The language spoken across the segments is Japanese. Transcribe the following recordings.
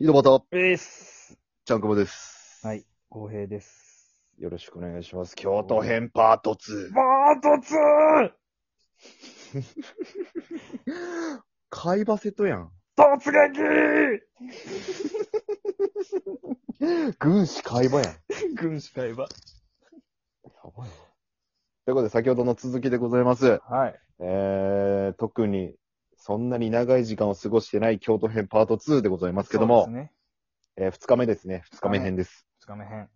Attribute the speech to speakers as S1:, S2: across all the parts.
S1: 井戸端、
S2: です。
S1: ちゃんくぼです。
S2: はい。、公平です。
S1: よろしくお願いします。京都編パート2。
S2: パート 2!
S1: 買いバセットやん。
S2: 突撃
S1: 軍師買い場やん。や
S2: 軍師会話。
S1: ばいということで、先ほどの続きでございます。
S2: はい。
S1: えー、特に、そんなに長い時間を過ごしてない京都編パート2でございますけども、
S2: そうですね。
S1: えー、2日目ですね。2日目編です。
S2: 二日目編。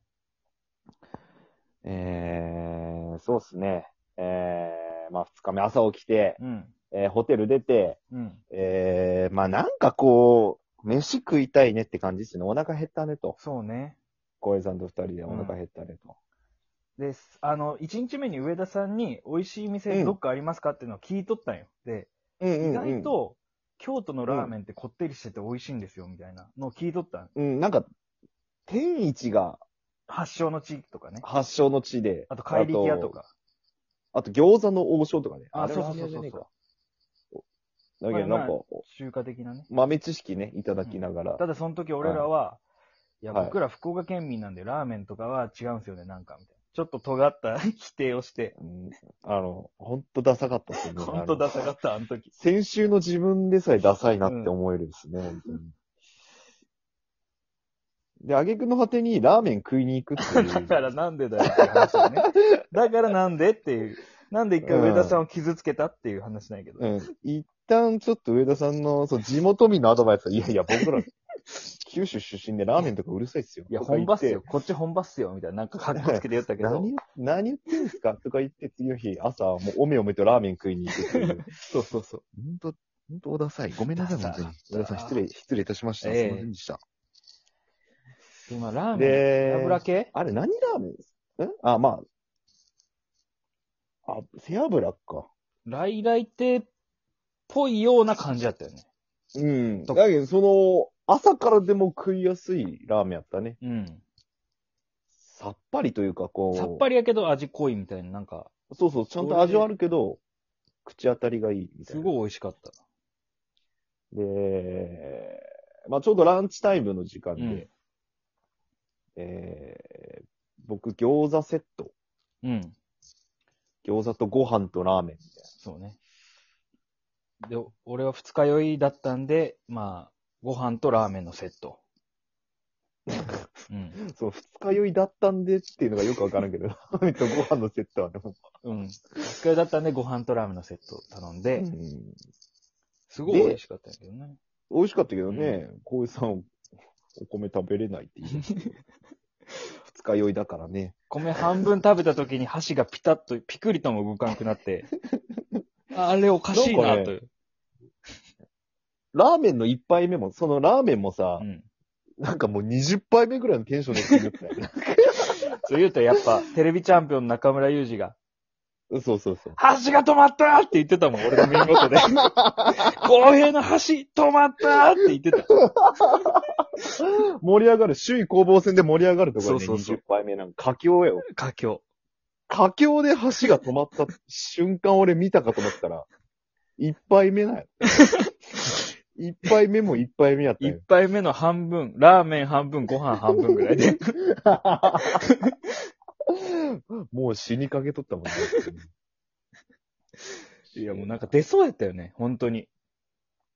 S1: えー、そうですね。えー、まあ2日目朝起きて、
S2: うん。
S1: えー、ホテル出て、
S2: うん。
S1: えー、まあなんかこう、飯食いたいねって感じですね。お腹減ったねと。
S2: そうね。
S1: 小江さんと二人でお腹減ったねと。
S2: です。あの、一日目に上田さんに美味しい
S1: うん
S2: 店どっかありますかっていうのを聞いとったんよ。で、
S1: うん
S2: 意外、と、京都のラーメンってこってりしてて美味しいんですよ、みたいなのを聞いとったん。
S1: うん、なんか、天一が
S2: 発祥の地とかね。
S1: 発祥の地で、
S2: あと、帰り際とか。
S1: あと、あと餃子の王将とかね。
S2: あ
S1: れ
S2: そうそうそ
S1: ラーメン
S2: うそう
S1: 屋じゃねえかだけど、
S2: まあ
S1: なんか、
S2: 中華的なね。
S1: 豆知識ね、いただきながら。
S2: ただその時俺らは、いや、
S1: はい
S2: 僕ら福岡県民なんでラーメンとかは違うんですよね、なんかみたいな。ちょっと尖った 否定をして、
S1: うんあの、ほんとダサかったですよね。
S2: ほんとダサ
S1: あ
S2: か
S1: の
S2: った、あの時。
S1: 先週の自分でさえダサいなって思えるですね。本当にで、挙句の果てにラーメン食いに行くっていう。
S2: だからなんでだよって話だね。 だからなんでっていう。なんで一回上田さんを傷つけたっていう話なんやけど。
S1: うん。一旦ちょっと上田さんの、そう、地元民のアドバイスは、いやいや、僕ら、九州出身でラーメンとかうるさいっすよ。
S2: いや、
S1: とか言
S2: 本
S1: て
S2: 場っすよ。。こっち本場っすよ。みたいな、なんか格好つけて言 ったけど。
S1: 何、何言ってんですかとか言って、次の日、朝、もう、おめおめとラーメン食いに行くっていう。
S2: そうそうそう。
S1: ほんと、ほんとおださい。ごめんなさい、
S2: ダサ
S1: 本
S2: かっ
S1: 当
S2: た
S1: に。上田さん、失礼、失礼いたしました。
S2: え
S1: す
S2: え
S1: いませんでした。
S2: 今、ラーメ
S1: で
S2: ン、油系
S1: あれ、何ラーメンですんあ、まあ。あ、背脂か。
S2: 来来亭っぽいような感じだったよね。
S1: うん。だけど、その、朝からでも食いやすいラーメンやったね。
S2: うん。
S1: さっぱりというか、こう。
S2: さっぱりやけど味濃いみたいな、なんか、
S1: そうそう、ちゃんと味はあるけど、口当たりがいいみたい
S2: す
S1: な。
S2: ごい美味しかった。
S1: で、まあちょうどランチタイムの時間で、
S2: うん
S1: えー僕餃子セット、
S2: うん。
S1: 餃子とご飯とラーメンみたい
S2: そうね。で、俺は二日酔いだったんで、まあ、ご飯とラーメンのセット。うん。
S1: な。その二日酔いだったんでっていうのがよくわからんけど、 ラーメンとご飯のセットはね、も
S2: うん。二日酔いだったんで、ご飯とラーメンのセット頼ん
S1: う、う
S2: で、
S1: ん
S2: すごい美味しかったんやけどね。
S1: 美味しかったけどね、こういうさん、お米食べれない って言う。二日酔いだからね。
S2: 米半分食べた時に箸がピタッと、ピクリとも動かなくなって、 ああれおかしいな
S1: なんか
S2: と。
S1: ねラーメンの一杯目も、そのラーメンもさ、
S2: うん。
S1: なんかもう20杯目ぐらいのテンションで食いよったよね。
S2: そう言うとやっぱ、テレビチャンピオンの中村雄二が、
S1: そうそうそう。
S2: 箸が止まったーって言ってたもん、俺の耳元 で。公平の箸止まったーって言ってた。
S1: 盛り上がる、首位攻防戦で盛り上がるところで、ね、
S2: そうそうそう
S1: 20杯目なんか、佳境よ。
S2: 佳境。
S1: 佳境で橋が止まった瞬間俺見たかと思ったら、1杯目 なんやった。1杯目も1杯目やった
S2: 一
S1: よ。
S2: 杯目の半分、ラーメン半分、ご飯半分ぐらいで。
S1: もう死にかけと ったもんね。
S2: いや、もうなんか出そうやったよね、本当 に。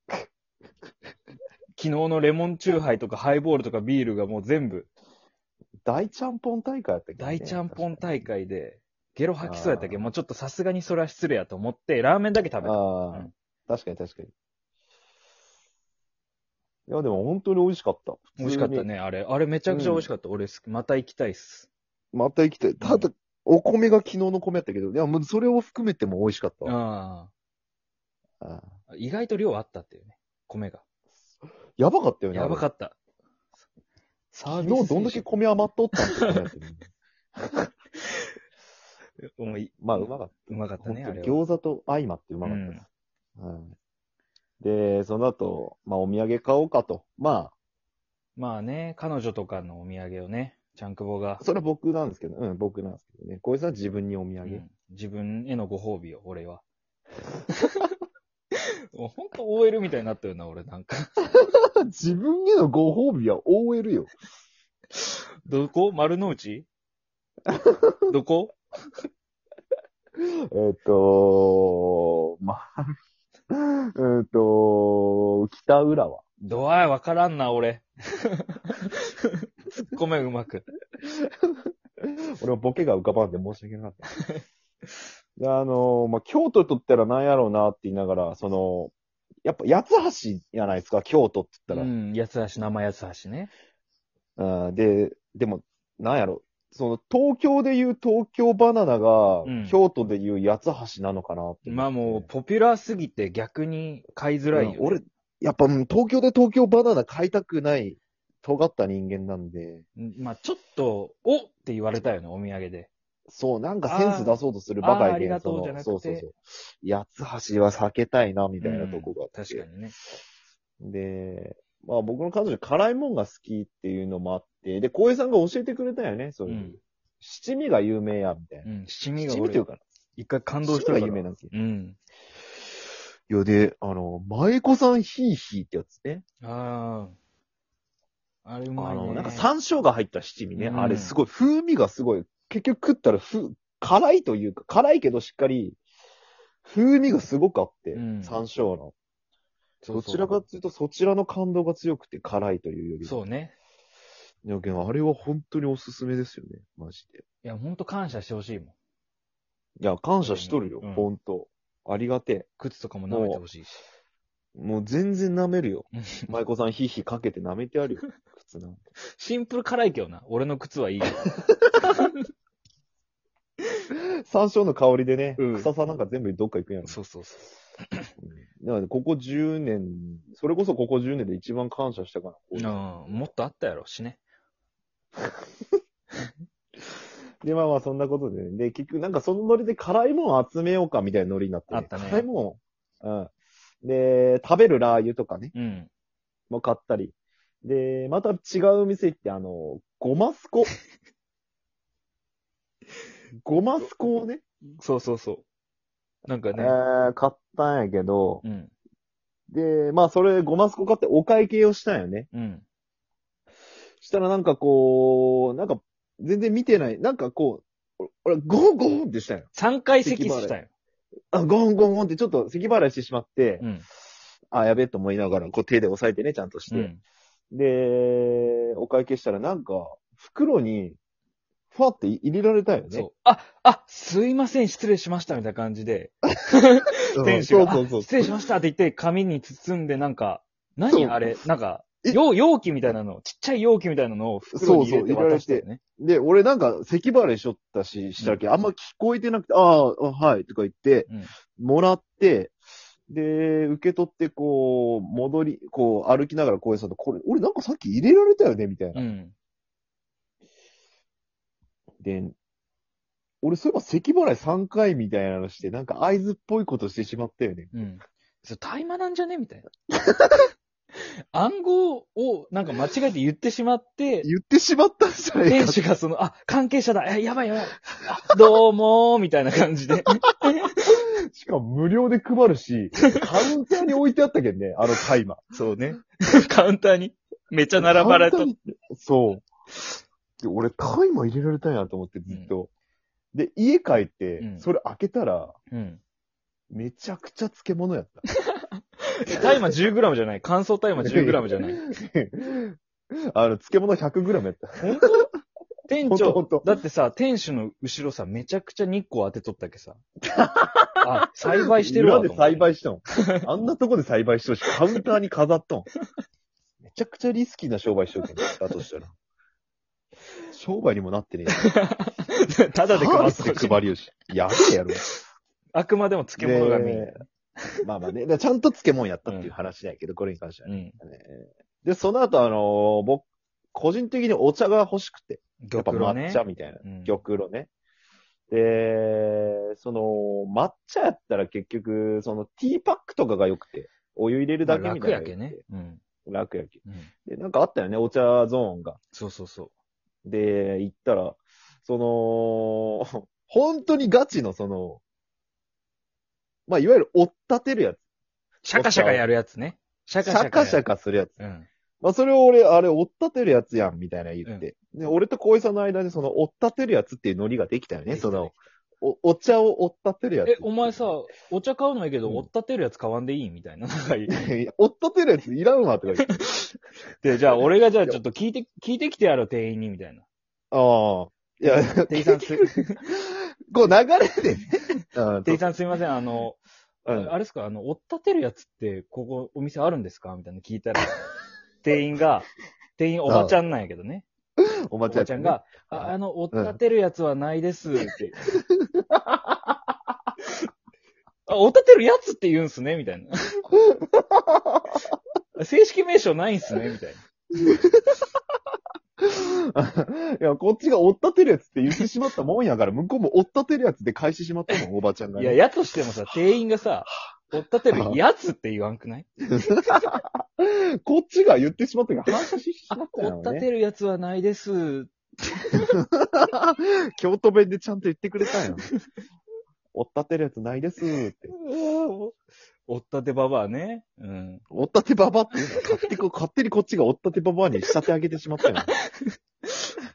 S2: 昨日のレモンチューハイとかハイボールとかビールがもう全部、
S1: 大ちゃんぽん大会やったっけど、
S2: 大ちゃんぽん大
S1: 会。
S2: 会で、ゲロ吐きそうやったけど、もうちょっとさすがにそれは失礼やと思って、ラーメンだけ食べた。
S1: ああ、
S2: うん
S1: 確かに確かに。いや、でも本当に美味しかった。
S2: 美味しかった。ね、あれ。あれめちゃくちゃ美味しかった。俺好き、また行きたいっす。
S1: また行きたい。ただ、お米が昨日の米やったけど、いや、もうそれを含めても美味しかったわ。
S2: あ
S1: ああ
S2: あ。意外と量あったっていうね、米が。
S1: やばかったよね。
S2: やばか
S1: った。
S2: った。サービ
S1: 昨
S2: ス
S1: 日どんだけ
S2: 精
S1: 米余っとったんですかね
S2: 神うん
S1: まあ、うまかっ。
S2: うまかったた
S1: 本
S2: ね、
S1: 当
S2: あれ
S1: に
S2: は。
S1: 餃子と相まってうまかったです。はいで、その後、まあ、お土産買おうかと。ま
S2: まあね、彼女とかのお土産をね、ちゃんくぼが
S1: あ、、それは僕なんですけど、うん、僕なんですけどね。小井さんは自分にお土
S2: う
S1: 産。
S2: ん自分へのご褒美を、俺は。 もうほんと OL みたいになったよな、俺なんか。
S1: 自分へのご褒美は OL よ。
S2: どこ丸の内どこ
S1: えっ、とまあ、 えっ、と北浦和。
S2: どわい、わからんな、俺。突っ込め、うまく。
S1: 俺はボケが浮かばんで申し訳なかった。 であのまあ、京都とったらなんやろうなって言いながら、その、やっぱ八つ橋じゃないですか、京都って言
S2: う
S1: ったら。
S2: ん、八つ橋、生八つ橋ね。
S1: あーで、でも、なんやろその、東京で言う東京バナナが、
S2: うん
S1: 京都で言う八つ橋なのかなって思って。
S2: まあもう、ポピュラーすぎて逆に買いづらいよね、
S1: うん俺、やっぱうん東京で東京バナナ買いたくない、尖った人間なんで、
S2: うんまあちょっと、おって言われたよね、お土産で。
S1: そう、なんかセンス出そうとするばかりで、
S2: あーあーありがとう
S1: の
S2: じゃなくて
S1: そうそうそう。八つ橋は避けたいな、みたいなとこがあ
S2: う
S1: っ
S2: ん
S1: て。
S2: 確かにね。
S1: で、まあ僕の彼女辛いもんが好きっていうのもあって、で、浩平さんが教えてくれたよね、そう
S2: う
S1: いう。
S2: ん。
S1: 七味が有名や、みたいな
S2: う。ん。七味が
S1: 七味とい
S2: 俺
S1: う、か、
S2: 一回感
S1: 七
S2: 動
S1: 味
S2: した
S1: が
S2: から。
S1: 有名なんですよ。
S2: うん。
S1: いや、で、あの、舞妓さんヒーヒーってやつね。
S2: ああ。あれうま
S1: あ
S2: いね。
S1: の、なんか山椒が入った七味ね。
S2: うん
S1: あれすごい、風味がすごい。結局食ったら、ふ、辛いというか、辛いけどしっかり、風味がすごくあって、
S2: うん
S1: 山椒の。
S2: そう
S1: ど
S2: そう
S1: ちらかというと、そちらの感動が強くて辛いというより。
S2: そうね。
S1: いやけどあれは本当におすすめですよね。マジで。
S2: いや、ほんと感謝してほしいもん。
S1: いや、感謝しとるよ。
S2: うん
S1: 本当ありがて
S2: 靴とかも舐めてほしいし。
S1: え。もう全然舐めるよ。
S2: うん
S1: 舞妓さんヒーヒーかけて舐めて あるよ。靴なんて。
S2: シンプル辛いけどな。俺の靴はいい。
S1: 山椒の香りでね、
S2: うん
S1: 臭さなんか全部どっか行くんやろ。
S2: そうそうそう。
S1: うんだからここ10年、それこそここ10年で一番感謝したかなこういう。
S2: うん。もっとあったやろしね。
S1: で、まあまあそんなことで、ね、で、結局なんかそのノリで辛いもん集めようかみたいなノリになって、
S2: あったね
S1: 辛いもん、うん。で、食べるラー油とかね、
S2: うん。
S1: も買ったり。で、また違う店行って、あの、ごます こ。ごますこをね、
S2: そうそうそう。なんか
S1: え
S2: ね。
S1: ー、買ったんやけど、
S2: うん。
S1: で、まあそれごますこ買ってお会計をしたんよね。
S2: うん。
S1: したらなんかこう、なんか全然見てない。なんかこう、俺、ゴンゴンってしたんよ。
S2: 3回席したよ。
S1: あ、ゴンゴンってちょっと咳払いしてしまって、
S2: うん。
S1: あ、やべえと思いながら、こう手で押さえてね、ちゃんとし
S2: う
S1: て。
S2: ん。
S1: で、お会計したらなんか、袋に、ふわって入れられたよね。
S2: そう。あ、あ、すいません、失礼しました、みたいな感じで。
S1: うん
S2: 店主
S1: そ
S2: が、あ
S1: うそうそ
S2: 失礼しましたって言って、紙に包んで、なんか、
S1: そう
S2: 何あれなんか、
S1: え
S2: 容容器みたいなの、ちっちゃい容器みたいなのを袋に入れて
S1: そうそう
S2: 渡したよね。
S1: う。で、俺なんか咳払いしとったし、したらけ、あんま聞こえてなくて、ああ、あはい、とか言って、
S2: うん
S1: もらって、で、受け取って、こう、戻り、こう、歩きながら、こういうさんと、これ、俺なんかさっき入れられたよね、みたいな。
S2: うん。
S1: で、俺そういえば咳払い3回みたいなのして、なんか合図っぽいことしてしまったよね。
S2: うん。それ大麻なんじゃねみたいな。 暗号をなんか間違えて言ってしまって、
S1: 言ってしまったんじゃない
S2: 店
S1: か。
S2: 主がその、あ、関係者だ、え、やばいやばい、あどうもー、みたいな感じで。
S1: しかも無料で配るし、カウンターに置いてあったけどね、あのタイマー。
S2: そうね。 カウンターに、めっちゃ並ばれ
S1: カ
S2: た
S1: ウ。ンターにそう。で、俺タイマー入れられたんやと思ってずっと。で、家帰って
S2: う、ん
S1: それ開けたら、
S2: うん。
S1: めちゃくちゃ漬物やった。
S2: え大麻 10g じゃない。乾燥大麻 10g じゃない。
S1: あの、漬物 100g やった。
S2: 本当店
S1: ほんとほ
S2: 長
S1: んと、
S2: だってさ、店主の後ろさ、めちゃくちゃ日光当てとった けさ。あ、栽培してるわ
S1: 裏で
S2: と思って
S1: 栽培したの。あんなとこで栽培しとるし、 カウンターに飾ったの。めちゃくちゃリスキーな商売しとるけ ど、だとしたら。商売にもなってねえよ。
S2: た だで
S1: ハ
S2: 配
S1: ー
S2: っ
S1: ス
S2: て
S1: で
S2: ほしい
S1: 配りよし。やべえやろ。
S2: あくまでも漬物がメイン
S1: でまあまあね。だからちゃんと漬物やったっていう話だけど、これに関しては
S2: う
S1: ね。
S2: ん。
S1: で、その後、あのー僕、個人的にお茶が欲しくて。やっぱ
S2: 玉露ね。
S1: 抹茶みたいな。
S2: うん
S1: 玉露ね。で、その、抹茶やったら結局、その、ティーパックとかが良くて、お湯入れるだけみたいな。
S2: 楽やけね。。うん。
S1: 楽やけ。
S2: うん
S1: で、なんかあったよね、お茶ゾーンが。
S2: そうそうそ
S1: で、行ったら、その、 本当にガチのその、まあ、いわゆる追っ立てるやつ。
S2: シャカシャカやるやつね。シャ
S1: シ
S2: カシャカや
S1: ャ
S2: る。
S1: カシャカするやつ。
S2: うん。
S1: まあ、それを俺、あれ、追っ立てるやつやん、みたいな言って。で、俺と小井さんの間で、その、追っ立てるやつっていうノリができたよね、その、お、お茶を追っ立てるやつ。
S2: え、お前さ、、お茶買うのはいいけど、
S1: うん
S2: 追っ立てるやつ買わんでいいみたいな。なんか言う
S1: いや 追っ立てるやついらんわ、とか言って。
S2: で、じゃあ俺がじゃあちょっと聞いて、聞いてきてやろう、店員に、みたいな。
S1: ああ。いや、
S2: 店員さんす、
S1: こう流れで ね。うん
S2: 店員さんすいません、あの、
S1: うん
S2: あれですか、あの、追っ立てるやつって、ここ、お店あるんですかみたいなの聞い たら、店員が、店員おばちゃんなんやけどね。
S1: お
S2: お
S1: ばちゃん,、
S2: ばちゃんが、ああの、追っ
S1: うん
S2: 立てるやつはないですって。あ、追っ立てるやつって言うんすねみたいな。 正式名称ないんすねみたいな。
S1: いや、こっちが追っ立てるやつって言ってしまったもんやから、向こうも追っ立てるやつで返してしまったもん、おばちゃんが、
S2: いや、
S1: ね。
S2: やとしてもさ、店員がさ、追っ立てるやつって言わんくない
S1: こっちが言ってしまったから、反射してしまった
S2: 追っ
S1: よ
S2: 立
S1: ね。
S2: てるやつはないです。
S1: 京都弁でちゃんと言ってくれたんや。追っ立てるやつないですって。
S2: 追っ立てばばあね。うん。
S1: 追っ立てばばって言うの勝手にこ、勝手にこっちが追っ立てばばに仕立て上げてしまったよ。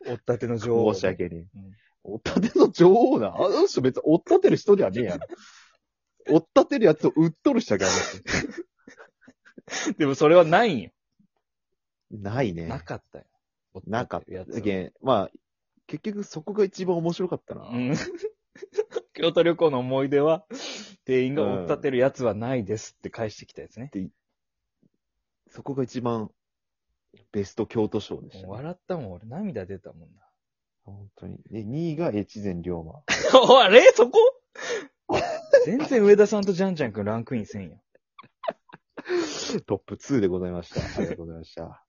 S2: 追っ立ての女王。
S1: 申し訳ねえ
S2: うん。
S1: 追っ立ての女王な。あの人別に追っ立てる人ではねえやろ。追っ立てるやつを売っとる人やからあの人
S2: でもそれはないんよ。
S1: ないね。
S2: なかったよ。
S1: なかっ
S2: やつ
S1: た。けんまあ、結局そこが一番面白かったな。
S2: うん。 京都旅行の思い出は、店員が追っ立てるやつはないですって返してきたやつね。
S1: そこが一番ベスト京都賞でした、
S2: も
S1: ね。
S2: う笑ったもん、俺涙出たもんな。
S1: 本当に。で、2位が越前龍馬。
S2: おいあれ そこ全然上田さんとジャンジャン君ランクインせんやん。
S1: トップ2でございました。ありがとうございました。